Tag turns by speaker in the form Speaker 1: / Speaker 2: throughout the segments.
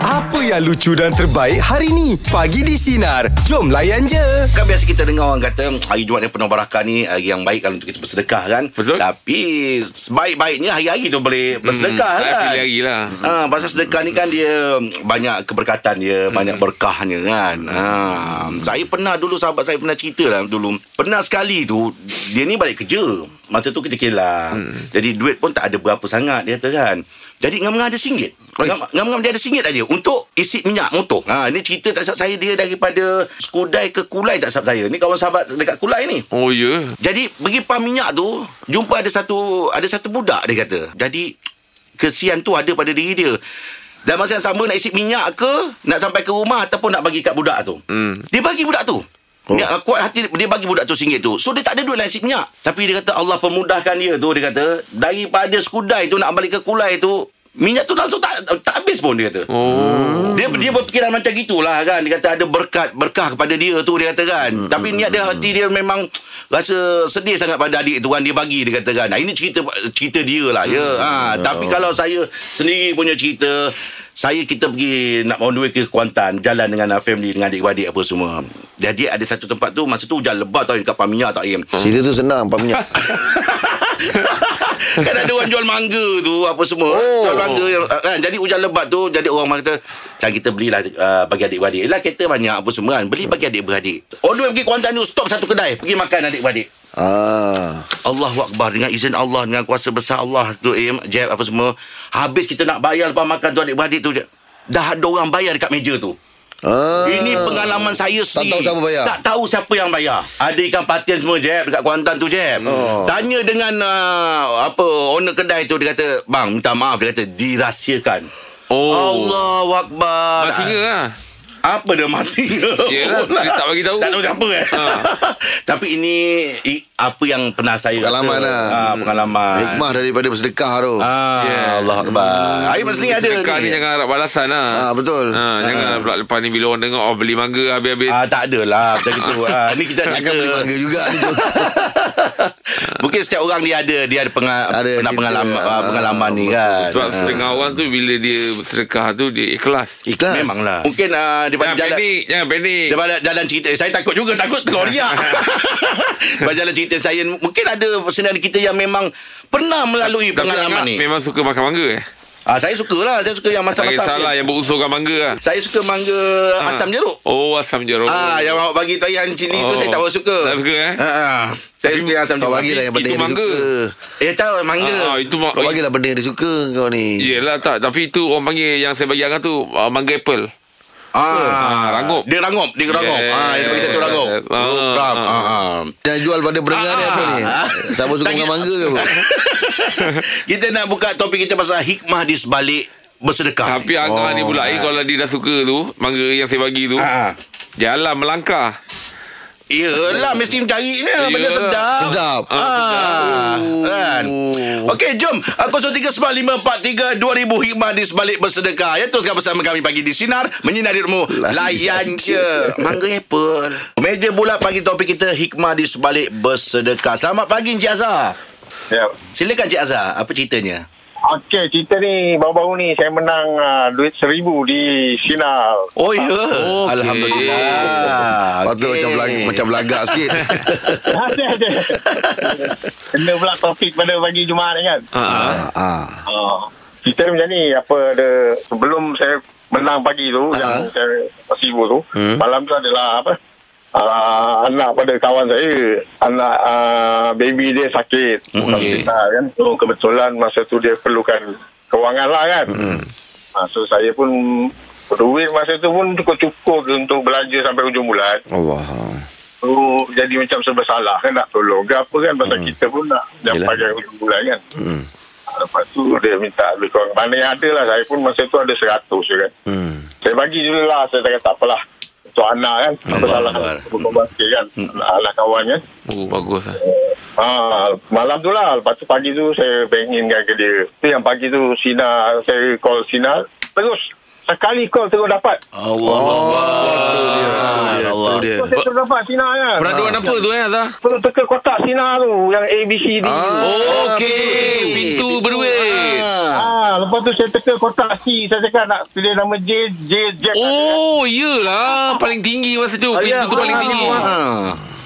Speaker 1: Apa yang lucu dan terbaik hari ni? Pagi di Sinar. Jom layan je.
Speaker 2: Kan biasa kita dengar orang kata "Hmm, Hari Jumaat yang penuh barakah ni Hari yang baik kalau untuk kita bersedekah kan
Speaker 3: Betul.
Speaker 2: Tapi Sebaik-baiknya hari-hari tu boleh bersedekah
Speaker 3: Hmm,
Speaker 2: hmm, kan
Speaker 3: Pilih hari lah
Speaker 2: Ha, pasal sedekah ni kan dia banyak keberkatan dia,
Speaker 3: Hmm.
Speaker 2: banyak berkahnya kan. Ha, saya pernah dulu sahabat saya pernah cerita lah dulu. Pernah sekali tu dia ni balik kerja. Masa tu kita kelang.
Speaker 3: Hmm.
Speaker 2: Jadi duit pun tak ada berapa sangat dia kata kan. Jadi ngam-ngam ada singgit. Ngam- Ngam-ngam dia ada singgit aja untuk isi minyak motor. Ha ni cerita tak sahabat saya dia daripada Skudai ke Kulai tak sahabat saya. Ni kawan sahabat dekat Kulai ni.
Speaker 3: Oh ya yeah.
Speaker 2: Jadi pergi pam minyak tu Jumpa ada satu Ada satu budak dia kata Jadi Kesian tu ada pada diri dia Dan masa yang sama Nak isi minyak ke Nak sampai ke rumah Ataupun nak bagi kat budak tu hmm. Dia bagi budak tu Oh. Dia kuat hati dia- dia bagi budak tu singgit tu. So dia tak ada duit nak isi minyak. Tapi dia kata Allah pemudahkan dia tu dia kata daripada skudai tu nak balik ke kulai tu minyak tu langsung tak tak habis pun dia kata.
Speaker 3: Oh
Speaker 2: Dia dia berfikiran macam gitulah kan. Dia kata ada berkat berkah kepada dia tu dia kata kan. Hmm. Tapi niat dia hati dia memang rasa sedih sangat pada adik tu kan dia bagi dia kata kan. Nah, ini cerita cerita dia lah ya. Ha tapi kalau saya sendiri punya cerita saya kita pergi nak on the way ke Kuantan jalan dengan uh, family dengan adik-adik apa semua. Jadi ada satu tempat tu masa tu hujan lebat tau dekat Pamia tak im.
Speaker 4: Cerita tu senang Pak Minyak
Speaker 2: kan ada orang jual mangga tu apa semua oh.
Speaker 4: Oh.
Speaker 2: jual mangga yang, ah, kan jadi hujan lebat tu jadi orang kata "Cang kita belilah uh, bagi adik-beradik lah kereta banyak apa semua kan beli bagi adik-beradik on the way pergi Kuantan tu stop satu kedai pergi makan adik-beradik
Speaker 4: ah.
Speaker 2: Allahu Akbar dengan izin Allah dengan kuasa besar Allah tu im jeb apa semua habis kita nak bayar lepas makan tu adik-beradik tu Jeb. dah ada orang bayar dekat meja tu
Speaker 4: ah.
Speaker 2: ini pengalaman saya sendiri.
Speaker 4: tahu siapa bayar?
Speaker 2: Tak tahu siapa yang bayar. Ada ikan patin semua Jeb dekat Kuantan tu Jeb.
Speaker 4: Oh.
Speaker 2: Tanya dengan uh, apa owner kedai tu dia kata, "Bang, minta maaf." Dia kata dirahsiakan.
Speaker 3: Oh
Speaker 2: Allahu akbar.
Speaker 3: Maksudnya lah
Speaker 2: Apa dia maksudnya?
Speaker 3: Yelah, dia tak bagi tahu.
Speaker 2: Tak tahu siapa eh.
Speaker 3: Ha.
Speaker 2: Tapi ini i, apa yang pernah saya
Speaker 4: Pengalaman
Speaker 2: rasa.
Speaker 4: lah.
Speaker 2: Ah, pengalaman.
Speaker 4: Hikmah daripada bersedekah tu
Speaker 2: Ah,
Speaker 3: Yeah.
Speaker 2: Allah akbar. Hari masa ni ada
Speaker 3: Dekat ni
Speaker 2: ni.
Speaker 3: jangan harap balasan lah
Speaker 4: Ah, betul.
Speaker 3: ha, Jangan pula lepas ni Bila orang tengok Oh beli mangga habis-habis
Speaker 2: Ah, tak adalah macam itu. Ah, ni kita
Speaker 4: Takkan beli
Speaker 2: cerita
Speaker 4: mangga juga ni contoh.
Speaker 2: Mungkin setiap orang dia ada dia ada, penga-
Speaker 4: Ada
Speaker 2: pernah
Speaker 4: kita,
Speaker 2: pengalaman
Speaker 4: ah,
Speaker 2: pengalaman ni kan.
Speaker 3: Sebab setengah orang tu Bila dia bersedekah tu Dia ikhlas
Speaker 4: Ikhlas
Speaker 2: Memanglah. Mungkin uh, daripada
Speaker 3: Jangan
Speaker 2: jalan
Speaker 3: panik Jangan panik
Speaker 2: daripada jalan cerita eh, saya takut juga takut kau riak. daripada jalan cerita saya mungkin ada senarai kita yang memang pernah melalui
Speaker 3: Tapi
Speaker 2: pengalaman
Speaker 3: Angah
Speaker 2: ni.
Speaker 3: Memang suka makan mangga eh
Speaker 2: Ah saya sukalah, saya suka yang
Speaker 3: Tak
Speaker 2: masak-masak.
Speaker 3: salah yang berusulkan mangga lah
Speaker 2: Saya suka mangga asam jeruk.
Speaker 3: Oh asam jeruk
Speaker 2: Ah yang awak bagi tu yang cili tu
Speaker 3: Oh.
Speaker 2: saya tak berapa suka.
Speaker 3: Tak suka, eh?
Speaker 2: Ha ah. Saya suka yang asam
Speaker 4: Kau
Speaker 2: jeruk.
Speaker 4: bagilah yang benda
Speaker 3: Itu
Speaker 4: yang dia
Speaker 3: mangga.
Speaker 4: suka
Speaker 2: Eh tahu mangga.
Speaker 3: Ah, itu mak-
Speaker 4: Kau bagilah benda yang dia suka kau ni
Speaker 3: Yelah tak Tapi itu orang panggil Yang saya bagi Angah tu uh, Mangga apple Ah, rangup.
Speaker 2: Dia rangup, dia rangup.
Speaker 3: Yes.
Speaker 2: Ah, dia bagi satu rangup.
Speaker 3: Ah,
Speaker 2: Ah, ah, ah.
Speaker 4: Dan jual pada berenggan ni apa ni
Speaker 2: Ah.
Speaker 4: Siapa suka
Speaker 2: Tak
Speaker 4: makan
Speaker 2: kira-
Speaker 4: mangga ke apa
Speaker 2: kita nak buka topik kita pasal hikmah di sebalik bersedekah.
Speaker 3: Tapi Angah ni
Speaker 2: Oh.
Speaker 3: pula eh, Kalau dia dah suka tu Mangga yang saya bagi tu
Speaker 2: Ha.
Speaker 3: Jalan melangkah
Speaker 2: Yelah mesti mencari ni benda
Speaker 3: Yelah.
Speaker 2: sedap.
Speaker 4: Sedap
Speaker 2: Ah, kan. Okey, jom. Ah, 0395432000 hikmah di sebalik bersedekah. Ya teruskan bersama kami pagi di sinar menyinari rumah. Layan je. Mangga apple. Meja bulat pagi topik kita hikmah di sebalik bersedekah. Selamat pagi Encik Azhar.
Speaker 5: Ya.
Speaker 2: Silakan Encik Azhar, apa ceritanya?
Speaker 5: Okey, cerita ni baru-baru ni saya menang uh, duit seribu di Sinar.
Speaker 2: Oh ya.
Speaker 3: Okey.
Speaker 2: Alhamdulillah.
Speaker 4: Patut macam belagak, macam belagak sikit
Speaker 5: Ada ada. Kena pula topik pada pagi Jumaat ni kan.
Speaker 3: Ah,
Speaker 4: ah, ah.
Speaker 5: Uh, cerita ni macam ni apa ada sebelum saya menang pagi tu uh-huh. yang saya sibuk tu, hmm. malam tu adalah apa? Uh, anak pada kawan saya anak uh, baby dia sakit bukan
Speaker 3: Okey.
Speaker 5: kita kan so kebetulan masa tu dia perlukan kewangan lah kan hmm. uh, so saya pun duit masa tu pun cukup-cukup untuk belanja sampai hujung bulan
Speaker 4: Allah
Speaker 5: so jadi macam serba salah kan nak tolong ke apa kan pasal hmm. kita pun nak yang
Speaker 4: Yelah.
Speaker 5: pakai hujung bulan kan
Speaker 4: hmm.
Speaker 5: Ah, Lepas tu dia minta duit korang. Mana yang ada lah. Saya pun masa tu ada seratus je kan.
Speaker 4: Hmm.
Speaker 5: Saya bagi dulu lah. Saya cakap tak apalah. Untuk anak kan. Apa
Speaker 2: Allah
Speaker 5: salah
Speaker 2: Akbar.
Speaker 5: Berkorban sikit kan.
Speaker 4: Hmm.
Speaker 5: Anak kawan kan.
Speaker 3: Oh bagus lah
Speaker 5: Ha, malam tu lah. Lepas tu pagi tu saya banginkan ke dia. Tu yang pagi tu Sina. Saya call Sina. Terus. Sekali call terus dapat.
Speaker 2: Allah. Allah.
Speaker 4: tu dia, tu dia, tu tahu dia.
Speaker 5: Tu saya terus dapat Sina ya.
Speaker 3: Peraduan apa tu eh Azhar?
Speaker 5: Perlu teka kotak Sina tu yang A B C D.
Speaker 4: Ah.
Speaker 3: Okey, pintu berduit.
Speaker 5: Ah, lepas tu saya teka kotak C. Saya cakap nak pilih nama J, J, Jack.
Speaker 3: Oh, iyalah paling tinggi masa tu. Pintu tu
Speaker 2: Ah.
Speaker 3: paling tinggi.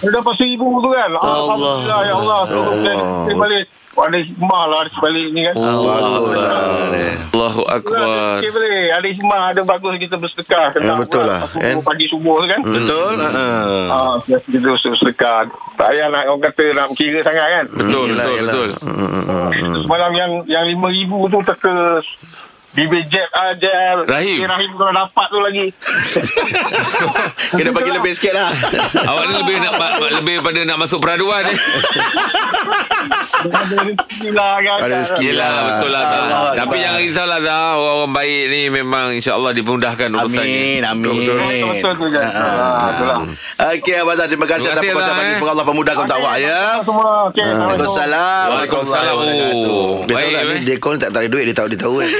Speaker 5: Dia dapat seribu tu kan. Ah,
Speaker 2: Allah.
Speaker 5: Alhamdulillah, ya Allah. Seluruh saya saya balik. Wah, ada hikmah lah di sebalik ni
Speaker 3: Oh,
Speaker 5: kan.
Speaker 4: Baguslah.
Speaker 3: Allahu
Speaker 5: Itulah,
Speaker 3: akbar.
Speaker 5: Okey boleh. Ada hikmah, ada bagus kita bersedekah.
Speaker 4: Eh, betul lah, Hmm. kan?
Speaker 5: Aku pagi subuh tu kan.
Speaker 2: Betul? Ha.
Speaker 5: Ah, kita terus sedekah. Tak payah nak orang kata nak kira sangat kan.
Speaker 3: Betul,
Speaker 4: Yelah,
Speaker 3: betul,
Speaker 4: yelah.
Speaker 3: betul.
Speaker 4: Hmm,
Speaker 5: Semalam yang yang 5000 tu teka Bibir ah, Jet ajar
Speaker 3: Rahim.
Speaker 5: Si Eh, Rahim kalau dapat tu lagi
Speaker 2: Kena bagi lebih sikit lah.
Speaker 3: Awak ni lebih nak ma- ma- lebih pada nak masuk peraduan eh.
Speaker 5: Ada rezeki lah kan
Speaker 4: Ada rezeki.
Speaker 3: Yelah
Speaker 4: Yelah,
Speaker 3: betul lah Zah.
Speaker 2: Allah
Speaker 3: Tapi
Speaker 2: Akbar.
Speaker 3: jangan risaulah Zah Orang-orang baik ni memang InsyaAllah dipermudahkan urusannya
Speaker 2: Amin, amin.
Speaker 5: Betul-betul tu Jan
Speaker 2: Ha, ha.
Speaker 5: Ah, Betul lah
Speaker 2: Okey Abang Azhar Terima kasih atas
Speaker 3: Terima kasih,
Speaker 2: perkongsian
Speaker 3: Abang,
Speaker 2: pagi
Speaker 3: eh.
Speaker 2: Semoga Allah pemudahkan untuk awak ya
Speaker 5: Semua okay, Assalamualaikum
Speaker 2: Waalaikumsalam
Speaker 3: Waalaikumsalam.
Speaker 2: Wabarakatuh.
Speaker 4: Dia tahu
Speaker 3: Baik,
Speaker 4: tak
Speaker 3: baik.
Speaker 4: dia call tak tarik duit dia tahu dia tahu kan.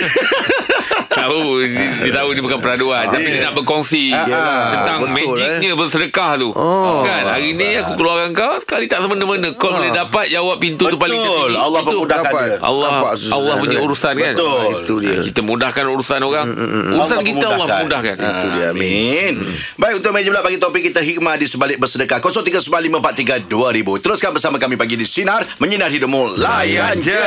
Speaker 3: Tahu dia, dia tahu dia bukan peraduan Tapi dia nak berkongsi
Speaker 2: Ah,
Speaker 4: Yelah,
Speaker 3: Tentang
Speaker 4: betul,
Speaker 2: eh.
Speaker 3: magicnya bersedekah tu
Speaker 4: Oh.
Speaker 3: Kan hari ni aku keluarkan kau Sekali tak semena-mena Kau boleh dapat Jawab pintu tu paling
Speaker 2: Ah. Betul
Speaker 3: tertinggi
Speaker 2: Allah
Speaker 3: Itu
Speaker 2: pemudahkan
Speaker 4: Dapat.
Speaker 2: dia
Speaker 3: Allah
Speaker 4: Nampak susah
Speaker 3: Allah punya
Speaker 4: tu kan?
Speaker 3: urusan kan
Speaker 2: Betul.
Speaker 4: Itu dia.
Speaker 3: Kita mudahkan urusan orang
Speaker 2: Mm,
Speaker 3: Urusan kita Allah mudahkan
Speaker 2: Itu dia Ha, Amin
Speaker 3: Hmm.
Speaker 2: Baik untuk meja pula Bagi topik kita Hikmah di sebalik bersedekah 0395432000 Teruskan bersama kami Pagi di Sinar Menyinar hidupmu Layan je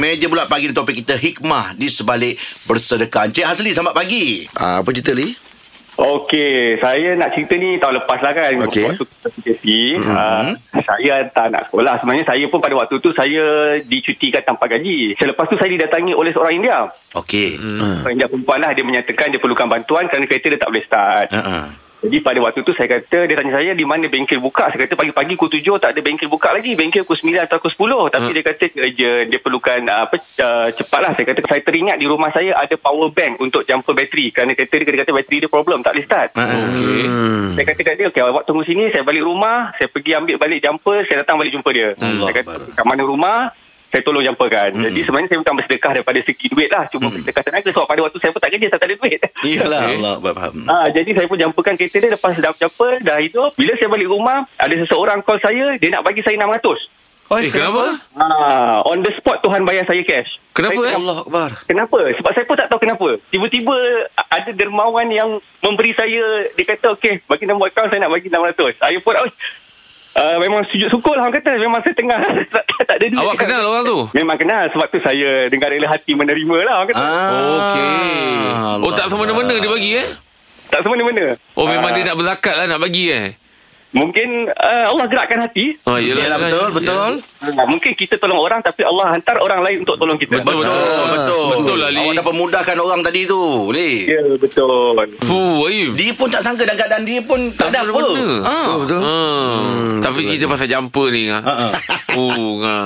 Speaker 2: Meja pula pagi di topik kita Hikmah di sebalik bersedekah Encik Hasli selamat pagi
Speaker 4: Ah, apa cerita ni?
Speaker 6: Okey, saya nak cerita ni tahun lepas lah kan.
Speaker 4: Okey.
Speaker 6: Waktu kita PKP, mm-hmm. uh, saya tak nak sekolah. Sebenarnya saya pun pada waktu tu saya dicutikan tanpa gaji. Selepas tu saya didatangi oleh seorang India.
Speaker 2: Okey
Speaker 3: Hmm.
Speaker 2: Ah.
Speaker 6: Orang India perempuan lah, dia menyatakan dia perlukan bantuan kerana kereta dia tak boleh start.
Speaker 2: Ha-ha.
Speaker 6: Jadi pada waktu tu saya kata, dia tanya saya di mana bengkel buka. Saya kata pagi-pagi pukul 7 tak ada bengkel buka lagi. Bengkel pukul 9 atau pukul 10. Tapi dia kata urgent, dia perlukan uh, apa, uh, cepatlah. Saya kata saya teringat di rumah saya ada power bank untuk jumper bateri. Kerana kereta dia, dia kata bateri dia problem, tak boleh start.
Speaker 2: Ah,
Speaker 3: Okey.
Speaker 6: Saya kata kat dia, okay, awak tunggu sini, saya balik rumah, saya pergi ambil balik jumper, saya datang balik jumpa dia.
Speaker 2: Allah
Speaker 6: saya kata,
Speaker 2: Akbar.
Speaker 6: kat mana rumah, saya tolong jumperkan. Hmm. Jadi sebenarnya saya bukan bersedekah daripada segi duit lah. Cuma hmm. bersedekah tenaga sebab pada waktu saya pun tak kerja, saya tak ada duit.
Speaker 2: Iyalah Allah faham
Speaker 3: Eh,
Speaker 6: Ah, jadi saya pun jumperkan kereta dia lepas dah jumper, dah hidup. Bila saya balik rumah, ada seseorang call saya, dia nak bagi saya RM600.
Speaker 3: Eh kenapa?
Speaker 6: Ah, on the spot Tuhan bayar saya cash.
Speaker 3: Kenapa,
Speaker 6: saya,
Speaker 3: eh?
Speaker 6: tengah-
Speaker 2: Allah Akbar
Speaker 6: Kenapa? Sebab saya pun tak tahu kenapa. Tiba-tiba a- ada dermawan yang memberi saya, dia kata, okey, bagi nombor akaun saya nak bagi 600. Saya pun, oh, uh, memang sujud syukur lah orang kata. Memang saya tengah tak, tak ada duit.
Speaker 3: Awak
Speaker 6: kan.
Speaker 3: kenal orang tu?
Speaker 6: Memang kenal. Sebab tu saya dengan rela hati menerima lah orang kata.
Speaker 2: Ah,
Speaker 3: Okey
Speaker 2: Allah
Speaker 3: Oh tak semena-mena dia bagi eh
Speaker 6: Tak semena-mena.
Speaker 3: Oh memang
Speaker 6: Ah,
Speaker 3: dia nak berzakat lah nak bagi eh
Speaker 6: Mungkin uh, Allah gerakkan hati.
Speaker 3: Oh,
Speaker 2: Ah, Yelah,
Speaker 3: yelah,
Speaker 2: betul,
Speaker 3: yelah.
Speaker 2: betul.
Speaker 6: Ah, Mungkin kita tolong orang tapi Allah hantar orang lain untuk tolong kita.
Speaker 3: Betul, betul, betul, betul, betul lah, Li.
Speaker 2: Awak dah pemudahkan orang tadi tu, Li.
Speaker 6: Ya, betul.
Speaker 3: Fuh, Aif.
Speaker 2: Dia pun tak sangka dan keadaan dia pun tak, ada apa.
Speaker 3: semena-mena.
Speaker 2: Ha.
Speaker 4: Betul betul.
Speaker 3: Hmm, tapi cerita pasal jumper ni ha.
Speaker 2: Ha, ha.
Speaker 3: Oh, ha.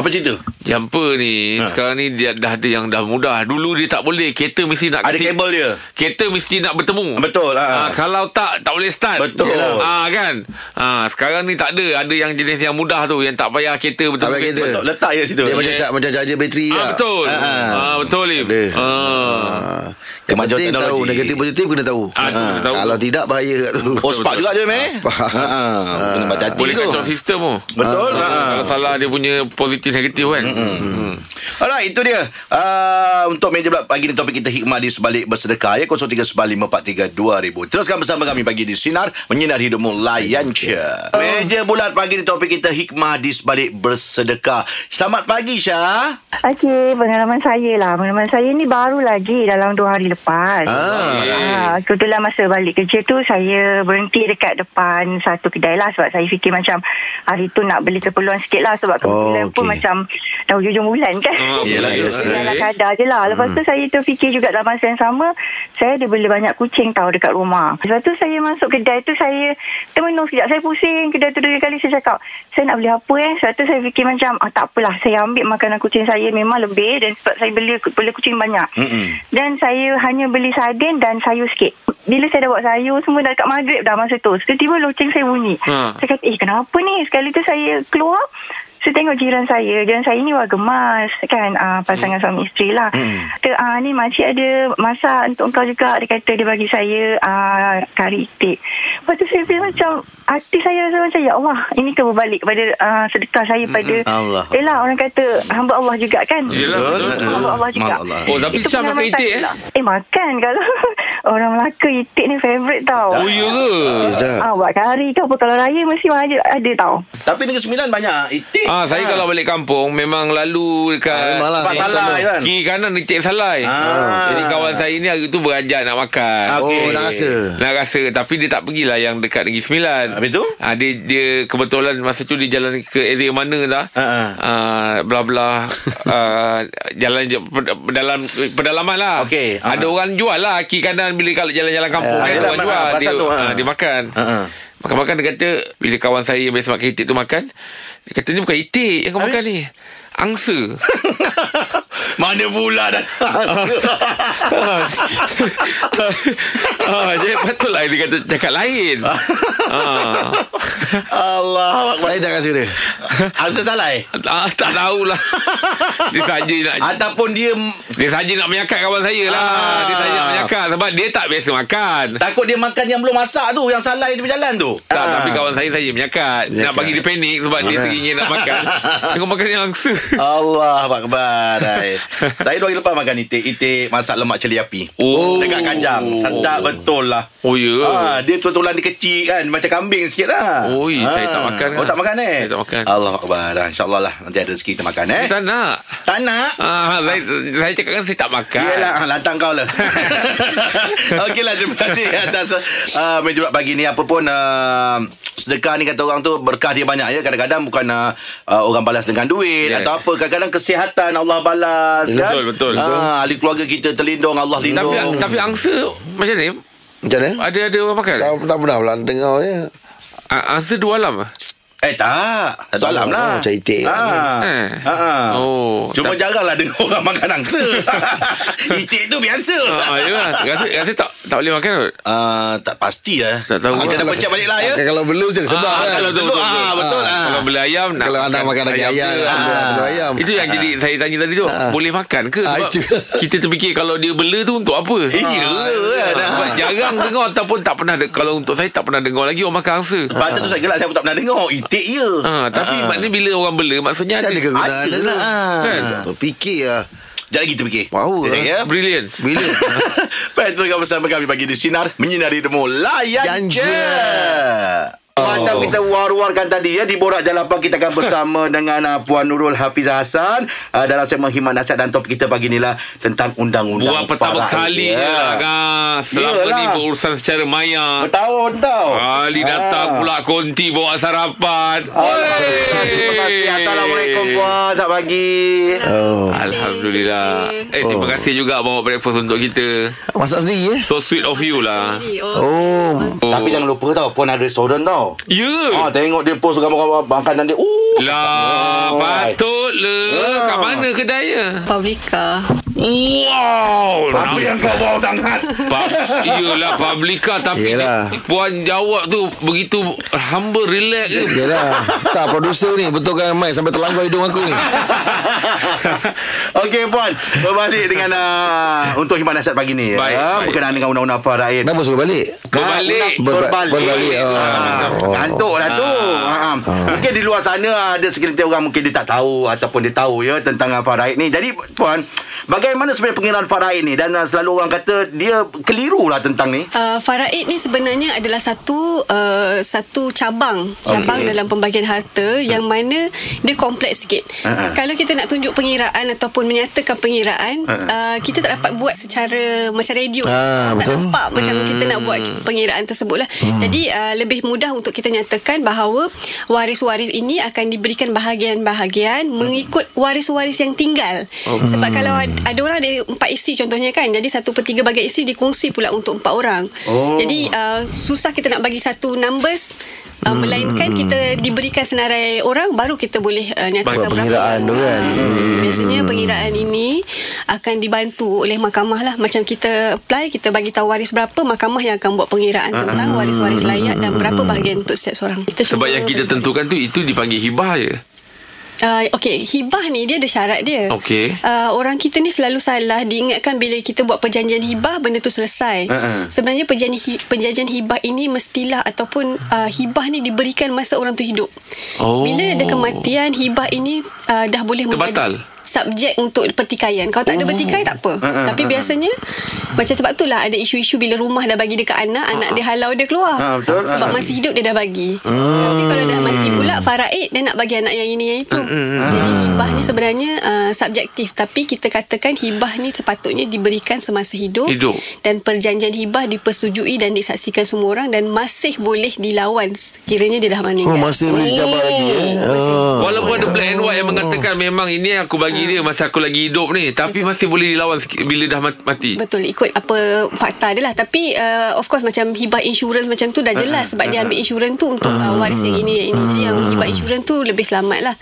Speaker 2: Apa cerita?
Speaker 3: Jumper ni ha. sekarang ni dia dah ada yang dah mudah. Dulu dia tak boleh. Kereta mesti nak
Speaker 2: Ada kabel dia.
Speaker 3: Kereta mesti nak bertemu.
Speaker 2: Betul, ha.
Speaker 3: Ha, kalau tak tak boleh start.
Speaker 2: Betul.
Speaker 3: Ah ha, kan. Ah ha, sekarang ni tak ada. Ada yang jenis yang mudah tu yang tak payah kereta betul.
Speaker 4: Tak payah kereta.
Speaker 2: Betul, letak je situ.
Speaker 4: Dia macam cak macam charger bateri
Speaker 3: Ah ha,
Speaker 4: lah.
Speaker 3: betul. Ah
Speaker 2: Ha, ha.
Speaker 3: ha, betul Lim.
Speaker 4: Ada.
Speaker 3: Ha.
Speaker 4: Ah. Yang
Speaker 2: Kemajuan
Speaker 4: penting
Speaker 2: teknologi.
Speaker 4: tahu negatif positif kena tahu.
Speaker 3: Ah, tu kena tahu.
Speaker 4: Kalau tidak bahaya kat tu.
Speaker 2: Oh, spark juga je, meh.
Speaker 4: spark.
Speaker 2: Ha. ha. Kena baca hati
Speaker 3: Ah, Boleh
Speaker 2: tu.
Speaker 3: kacau sistem tu.
Speaker 2: Betul.
Speaker 3: Ha.
Speaker 2: Ha.
Speaker 3: Kalau salah dia punya positif negatif kan. Hmm.
Speaker 2: Alright, itu dia. Uh, untuk meja pula pagi ni topik kita hikmah di sebalik bersedekah ya 0395432000. Teruskan bersama kami pagi di sinar menyinar hidupmu layan je. Meja bulat pagi ni topik kita hikmah di sebalik bersedekah. Selamat pagi Syah.
Speaker 7: Okey, pengalaman saya lah. Pengalaman saya ni baru lagi dalam dua hari lepas.
Speaker 3: Ah.
Speaker 7: Ah. kebetulan masa balik kerja tu, saya berhenti dekat depan satu kedai lah. Sebab saya fikir macam hari tu nak beli keperluan sikit lah. Sebab kebetulan
Speaker 4: Oh,
Speaker 7: oh, okay. pun
Speaker 4: okey.
Speaker 7: macam dah hujung bulan kan.
Speaker 3: Ah,
Speaker 2: Yelah,
Speaker 3: boleh.
Speaker 2: biasa.
Speaker 7: Dalam kadar je lah Lepas tu saya terfikir juga Dalam masa yang sama Saya ada beli banyak kucing tau Dekat rumah Lepas tu saya masuk kedai tu Saya termenung sekejap Saya pusing Kedai tu dua kali Saya cakap Saya nak beli apa eh Lepas tu saya fikir macam ah, Tak apalah Saya ambil makanan kucing saya Memang lebih Dan sebab saya beli Beli kucing banyak
Speaker 2: Mm-mm.
Speaker 7: Dan saya hanya beli sardin Dan sayur sikit bila saya dah buat sayur semua dah dekat maghrib dah masa tu. Tiba-tiba loceng saya bunyi.
Speaker 3: Ha.
Speaker 7: Saya kata, eh kenapa ni? Sekali tu saya keluar, Saya tengok jiran saya. Jiran saya ni warga mas kan. Uh, pasangan suami isteri lah. Hmm. Kata, uh, ni makcik ada masak untuk kau juga. Dia kata dia bagi saya uh, kari itik. Lepas tu saya feel macam hati saya rasa macam ya Allah. Ini ke berbalik kepada uh, sedekah saya pada.
Speaker 4: Allah.
Speaker 7: Yelah orang kata hamba Allah juga kan.
Speaker 3: Yelah, betul.
Speaker 7: Hamba Allah juga.
Speaker 4: Allah.
Speaker 3: Oh, tapi
Speaker 7: Itu
Speaker 3: Syah makan
Speaker 7: pengalaman
Speaker 3: itik eh?
Speaker 7: saya lah. Eh makan kalau orang Melaka itik ni favourite tau.
Speaker 3: Oh, ya ke?
Speaker 4: Sedap.
Speaker 7: Ah, buat kari ke apa Kalau raya mesti ada, ada tau
Speaker 2: Tapi Negeri Sembilan banyak eh? itik.
Speaker 3: Ah, saya kalau balik kampung memang lalu
Speaker 2: Ah,
Speaker 3: dekat
Speaker 4: memang lah.
Speaker 2: Tempat salah kan.
Speaker 3: Kiri kanan Encik Salai
Speaker 2: Ah.
Speaker 3: Jadi kawan saya ni hari tu berajar nak makan
Speaker 2: Ah,
Speaker 4: Oh,
Speaker 2: Okey.
Speaker 4: nak rasa.
Speaker 3: Nak rasa Tapi dia tak pergilah Yang dekat Negeri Sembilan
Speaker 2: Habis tu?
Speaker 3: ha, dia, dia kebetulan Masa tu dia jalan ke area mana dah
Speaker 2: Ah, ah.
Speaker 3: Ah, Belah-belah ah, Jalan je, ped- pedalam, Pedalaman lah
Speaker 2: Okey, ah.
Speaker 3: Ada orang jual lah Kiri kanan Bila kalau jalan-jalan kampung
Speaker 2: Ah,
Speaker 3: Ada
Speaker 2: yelah,
Speaker 3: orang
Speaker 2: memang,
Speaker 3: jual
Speaker 2: pasal
Speaker 3: dia,
Speaker 2: tu, ah.
Speaker 3: ah, dia makan
Speaker 2: Ah, ah.
Speaker 3: Makan-makan dia kata Bila kawan saya yang biasa makan itik tu makan Dia kata ni bukan itik yang kau makan ni Angsa
Speaker 2: Mana pula dah.
Speaker 3: ah, jadi patut lah dia kata cakap lain. ah.
Speaker 2: Allah.
Speaker 4: Saya tak rasa dia.
Speaker 2: Azul salah eh?
Speaker 3: ah, tak tahulah. Dia saja nak
Speaker 2: Ataupun dia m-
Speaker 3: dia saja nak menyakat kawan saya lah.
Speaker 2: Ah.
Speaker 3: Dia saja nak menyakat sebab dia tak biasa makan.
Speaker 2: takut dia makan yang belum masak tu, yang salah dia berjalan tu.
Speaker 3: Tak,
Speaker 2: Ah.
Speaker 3: tapi kawan saya saya menyakat. Nak
Speaker 4: Menyakat. Ah.
Speaker 3: bagi dia panik sebab dia teringin nak makan. Tengok makan yang angsa.
Speaker 2: Allah Akbar hai. Saya dua hari lepas makan itik Itik masak lemak cili api
Speaker 3: Oh.
Speaker 2: Dekat kanjang Sedap betul lah
Speaker 3: Oh, ya.
Speaker 2: Ah, Dia tulang-tulang dia kecil kan Macam kambing sikit lah
Speaker 3: Oi, saya tak makan
Speaker 2: Oh
Speaker 3: lah.
Speaker 2: tak makan eh
Speaker 3: Saya tak makan.
Speaker 2: Allah Akbar dah, InsyaAllah lah Nanti ada rezeki kita makan eh
Speaker 3: Dia Tak nak.
Speaker 2: Tak nak
Speaker 3: Ah, saya, saya cakap kan saya tak makan.
Speaker 2: Yelah ah, Lantang kau lah Okeylah terima kasih Atas uh, Meja bulat pagi ni Apa pun uh, Sedekah ni kata orang tu Berkah dia banyak ya Kadang-kadang bukan uh, uh, Orang balas dengan duit
Speaker 3: Ya.
Speaker 2: yeah. Atau apa Kadang-kadang kesihatan Allah balas
Speaker 3: Betul,
Speaker 2: kan?
Speaker 3: betul.
Speaker 2: Ah, Ahli keluarga kita terlindung Allah lindung
Speaker 3: Tapi tapi angsa macam ni
Speaker 4: Macam mana?
Speaker 3: ada ada orang makan.
Speaker 4: Tak, tak pernah pula dengar dia.
Speaker 3: Ah, Angsa dua alam. ah?
Speaker 2: Eh tak Satu alam lah
Speaker 4: Oh, macam itik.
Speaker 2: ah.
Speaker 3: Eh.
Speaker 2: Ah, ah.
Speaker 3: Oh,
Speaker 2: Cuma
Speaker 3: tak-
Speaker 2: jaranglah dengar orang makan angsa Itik tu biasa
Speaker 3: Ah, ah, yalah. Rasa, rasa tak tak boleh makan kot.
Speaker 2: Ah, tak pasti lah
Speaker 3: Tak tahu.
Speaker 2: Kita dah pecah balik lah ya
Speaker 4: Kalau belum saya sebab
Speaker 3: Ah,
Speaker 4: kan.
Speaker 3: kalau betul, betul, betul.
Speaker 2: Ah, betul, ah.
Speaker 3: Kalau beli ayam nak
Speaker 4: Kalau anda makan daging ayam,
Speaker 3: ke,
Speaker 4: kan,
Speaker 3: ah.
Speaker 4: beli ayam.
Speaker 3: Itu yang jadi saya tanya tadi tu Boleh makan ke
Speaker 4: Ah,
Speaker 3: Sebab
Speaker 4: itu.
Speaker 3: kita terfikir Kalau dia bela tu untuk apa
Speaker 2: Eh, ya kan
Speaker 3: Ah, sebab Jarang dengar Ataupun tak pernah de- Kalau untuk saya tak pernah dengar lagi Orang makan angsa
Speaker 2: Pasal tu saya gelak Saya pun tak pernah dengar Itik ya. je
Speaker 3: ah, Tapi maknanya bila orang bela Maksudnya
Speaker 4: Tak Kan
Speaker 3: ada
Speaker 4: ada kegunaan
Speaker 2: Ada
Speaker 4: dia lah.
Speaker 2: lah.
Speaker 4: Kan? Fikir lah.
Speaker 2: Jangan kita fikir
Speaker 4: Power
Speaker 3: eh.
Speaker 2: Sekejap,
Speaker 4: lah.
Speaker 2: ya.
Speaker 3: Brilliant
Speaker 4: Bila?
Speaker 2: Baik, teruskan bersama kami Pagi di Sinar Menyinari Demo Layan
Speaker 4: Layan
Speaker 2: je
Speaker 4: je.
Speaker 2: macam kita war-warkan tadi ya di Borak Jalapan kita akan bersama dengan uh, Puan Nurul Hafizah Hasan uh, dalam segmen himat nasihat dan topik kita pagi inilah tentang undang-undang ya.
Speaker 3: Buat pertama
Speaker 2: parah.
Speaker 3: kali je lah kan. Selama
Speaker 2: Yalah.
Speaker 3: ni berurusan secara maya
Speaker 2: Bertahun tau Ah.
Speaker 3: Ali datang pula konti bawa sarapan
Speaker 2: Terima kasih. Assalamualaikum puan Selamat pagi
Speaker 4: Oh.
Speaker 3: Alhamdulillah Eh terima kasih juga Bawa breakfast untuk kita
Speaker 4: Masak sendiri eh?
Speaker 3: So sweet of you lah
Speaker 4: Oh.
Speaker 3: oh.
Speaker 2: Tapi jangan lupa tau Puan ada restoran tau
Speaker 3: Ya
Speaker 2: Ah, tengok dia post gambar-gambar makanan dia. Uh.
Speaker 3: Lah
Speaker 2: Oh.
Speaker 3: Patut le Kat mana kedainya
Speaker 8: Publica.
Speaker 3: Wow
Speaker 2: Apa yang kau bawa sangat?
Speaker 3: Nampak Yelah Publica Tapi
Speaker 4: Yelah.
Speaker 3: dia, Puan jawab tu Begitu Humble relax je
Speaker 4: Yalah lah. Tak producer ni Betulkan mic Sampai terlanggar hidung aku ni
Speaker 2: Okey puan, berbalik dengan uh, untuk himat nasihat pagi ni.
Speaker 3: Baik,
Speaker 2: Ah,
Speaker 3: baik.
Speaker 2: berkenaan dengan undang-undang faraid.
Speaker 4: Kenapa suruh balik
Speaker 3: Berbalik
Speaker 4: Berba-
Speaker 2: Berbalik.
Speaker 4: berbalik, oh.
Speaker 2: Ah,
Speaker 4: Oh.
Speaker 2: Ngantuk lah tu. Ah. ah. Mungkin di luar sana ada sekelintir orang mungkin dia tak tahu ataupun dia tahu ya tentang ah, faraid ni. Jadi puan, bagaimana sebenarnya pengiraan faraid ni dan ah, selalu orang kata dia keliru lah tentang ni.
Speaker 8: Uh, faraid ni sebenarnya adalah satu uh, satu cabang cabang
Speaker 3: Okey.
Speaker 8: dalam pembagian harta yang mana dia kompleks sikit.
Speaker 2: Ha-ha.
Speaker 8: Kalau kita nak tunjuk pengiraan ataupun menyatakan pengiraan,
Speaker 4: Ha.
Speaker 8: uh, kita tak dapat buat secara macam radio.
Speaker 4: Ah,
Speaker 8: tak
Speaker 4: betul. Hmm.
Speaker 8: nampak macam kita nak buat pengiraan tersebut lah. Jadi uh, lebih mudah untuk kita nyatakan bahawa waris-waris ini akan diberikan bahagian-bahagian
Speaker 4: Hmm.
Speaker 8: mengikut waris-waris yang tinggal.
Speaker 4: Oh.
Speaker 8: Sebab kalau ad- ada orang ada empat isi contohnya kan, jadi satu per tiga bahagian isi dikongsi pula untuk empat orang.
Speaker 2: Oh.
Speaker 8: Jadi uh, susah kita nak bagi satu numbers uh, melainkan kita diberikan senarai orang baru kita boleh uh, nyatakan
Speaker 3: Buat
Speaker 4: pengiraan tu kan.
Speaker 8: Hmm. Biasanya pengiraan ini akan dibantu oleh mahkamah lah macam kita apply kita bagi tahu waris berapa mahkamah yang akan buat pengiraan tentang waris-waris layak dan berapa bahagian untuk setiap seorang. Kita
Speaker 3: Sebab
Speaker 8: cuba
Speaker 3: yang kita
Speaker 8: berbaris.
Speaker 3: tentukan tu Itu dipanggil hibah je
Speaker 8: Uh, okay, hibah ni dia ada syarat dia.
Speaker 3: Okey.
Speaker 8: Uh, orang kita ni selalu salah diingatkan bila kita buat perjanjian hibah benda tu selesai.
Speaker 3: Uh-uh.
Speaker 8: Sebenarnya perjanjian hi- perjanjian hibah ini mestilah ataupun uh, hibah ni diberikan masa orang tu hidup.
Speaker 3: Oh.
Speaker 8: Bila ada kematian hibah ini uh, dah boleh
Speaker 3: Terbatal. Oh.
Speaker 8: menjadi subjek untuk pertikaian. Kalau tak ada pertikai tak apa.
Speaker 3: ah,
Speaker 8: Tapi biasanya macam sebab itulah ada isu-isu bila rumah dah bagi dekat anak,
Speaker 3: Uh-uh.
Speaker 8: anak dia halau dia keluar.
Speaker 2: Ah, betul.
Speaker 8: Sebab
Speaker 2: Ah.
Speaker 8: masih hidup dia dah bagi. Tapi kalau dah mati pula faraid dia nak bagi anak yang ini yang itu. Jadi hibah ni sebenarnya uh, subjektif tapi kita katakan hibah ni sepatutnya diberikan semasa hidup,
Speaker 3: Hidup.
Speaker 8: dan perjanjian hibah dipersetujui dan disaksikan semua orang dan masih boleh dilawan kiranya dia dah
Speaker 4: Oh,
Speaker 8: meninggal.
Speaker 4: masih boleh jabat lagi eh. Ah.
Speaker 3: Walaupun ada black and white yang mengatakan memang ini yang aku bagi dia masa aku lagi hidup ni tapi masih boleh dilawan sikit bila dah mat- mati.
Speaker 8: Betul ikut apa fakta dia lah tapi uh, of course macam hibah insurans macam tu dah jelas sebab dia ambil insurans tu untuk uh, waris yang ini yang ini Jadi yang hibah insurans tu lebih selamat lah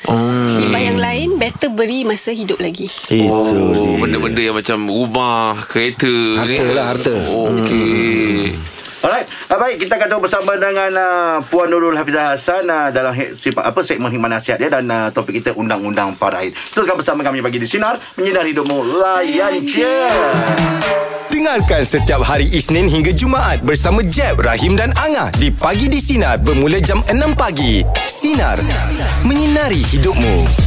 Speaker 8: hibah yang lain better beri masa hidup lagi
Speaker 4: Itu
Speaker 3: Oh,
Speaker 4: dia.
Speaker 3: benda-benda yang macam rumah, kereta
Speaker 4: Harta
Speaker 3: ni.
Speaker 4: lah, harta. Hmm.
Speaker 3: Okey.
Speaker 2: Alright, ah, baik kita akan tahu bersama dengan uh, Puan Nurul Hafizah Hasan uh, dalam he, sip, apa segmen Himan Nasihat dia dan uh, topik kita undang-undang paraid. Teruskan bersama kami bagi di sinar menyinar hidupmu layan je.
Speaker 1: Dengarkan setiap hari Isnin hingga Jumaat bersama Jeb, Rahim dan Angah di Pagi di Sinar bermula jam 6 pagi. Sinar. Menyinari hidupmu.